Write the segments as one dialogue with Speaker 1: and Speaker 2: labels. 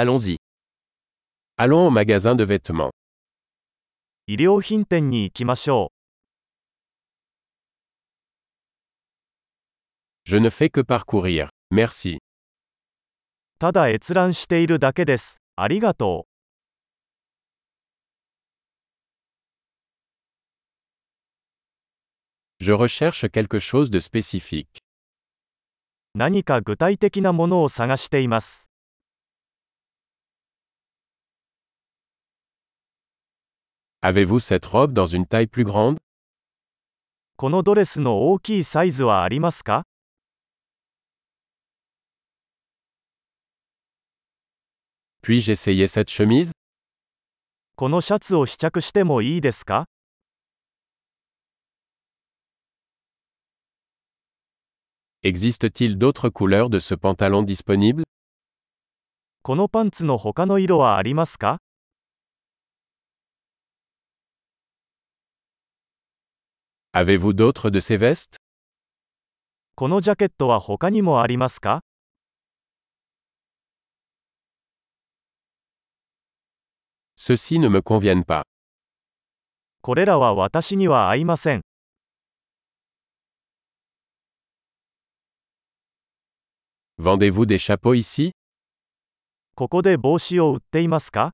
Speaker 1: Allons-y. Allons au magasin de vêtements.
Speaker 2: 衣料品店に行きましょ
Speaker 1: Je ne fais que parcourir. Merci.
Speaker 2: う。ただ閲覧しているだけです。ありがと
Speaker 1: Je recherche quelque chose de spécifique.
Speaker 2: う。何か具体的なものを探しています。
Speaker 1: Avez-vous cette robe dans une taille plus grande
Speaker 2: このドレスの大きいサイズはありますか
Speaker 1: Puis-je essayer cette chemise
Speaker 2: このシャツを試着してもいいですか
Speaker 1: Existe-t-il d'autres couleurs de ce pantalon disponible
Speaker 2: このパンツの他の色はありますか
Speaker 1: Avez-vous d'autres de ces vestes
Speaker 2: このジャケットは他にもありますか
Speaker 1: Ceux-ci ne me conviennent pas.
Speaker 2: これらは私には合いません。
Speaker 1: Vendez-vous des chapeaux ici
Speaker 2: ここで帽子を売っていますか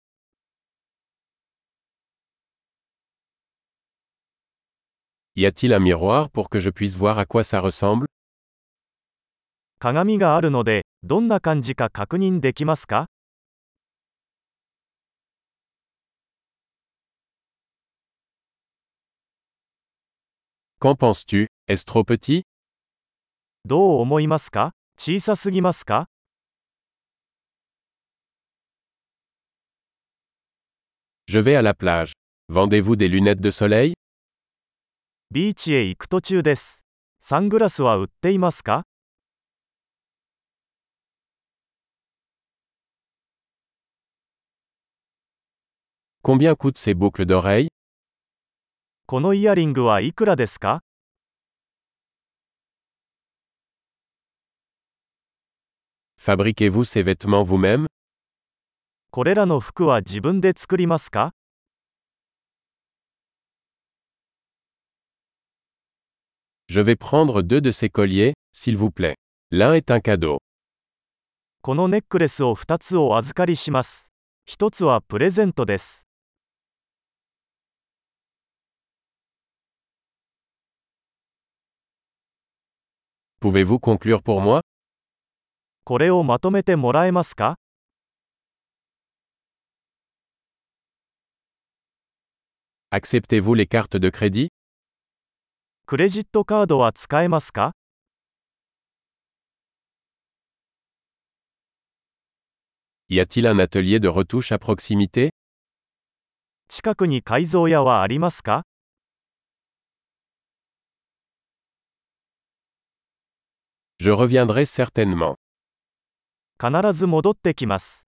Speaker 1: Y a-t-il un miroir pour que je puisse voir à quoi ça ressemble
Speaker 2: 鏡があるので、どんな感じか確認できますか
Speaker 1: Qu'en penses-tu Est-ce trop petit
Speaker 2: どう思いますか小さすぎますか
Speaker 1: Je vais à la plage. Vendez-vous des lunettes de soleil
Speaker 2: ビーチへ行く途中です。サングラスは売っていますか
Speaker 1: Combien coûtent ces boucles d'oreilles
Speaker 2: このイヤリングはいくらですか
Speaker 1: Fabriquez-vous ces vêtements vous-même
Speaker 2: これらの服は自分で作りますか
Speaker 1: Je vais prendre deux de ces colliers, s'il vous plaît. L'un est un cadeau.
Speaker 2: このネックレスを2つお預かりします。1つはプレゼントです。
Speaker 1: Pouvez-vous conclure pour moi
Speaker 2: これをまとめてもらえますか
Speaker 1: Acceptez-vous les cartes de crédit
Speaker 2: クレジットカードは使えますか
Speaker 1: Y a-t-il un atelier de retouche à proximité
Speaker 2: 近くに改造屋はありますか
Speaker 1: Je reviendrai certainement.
Speaker 2: 必ず戻ってきます。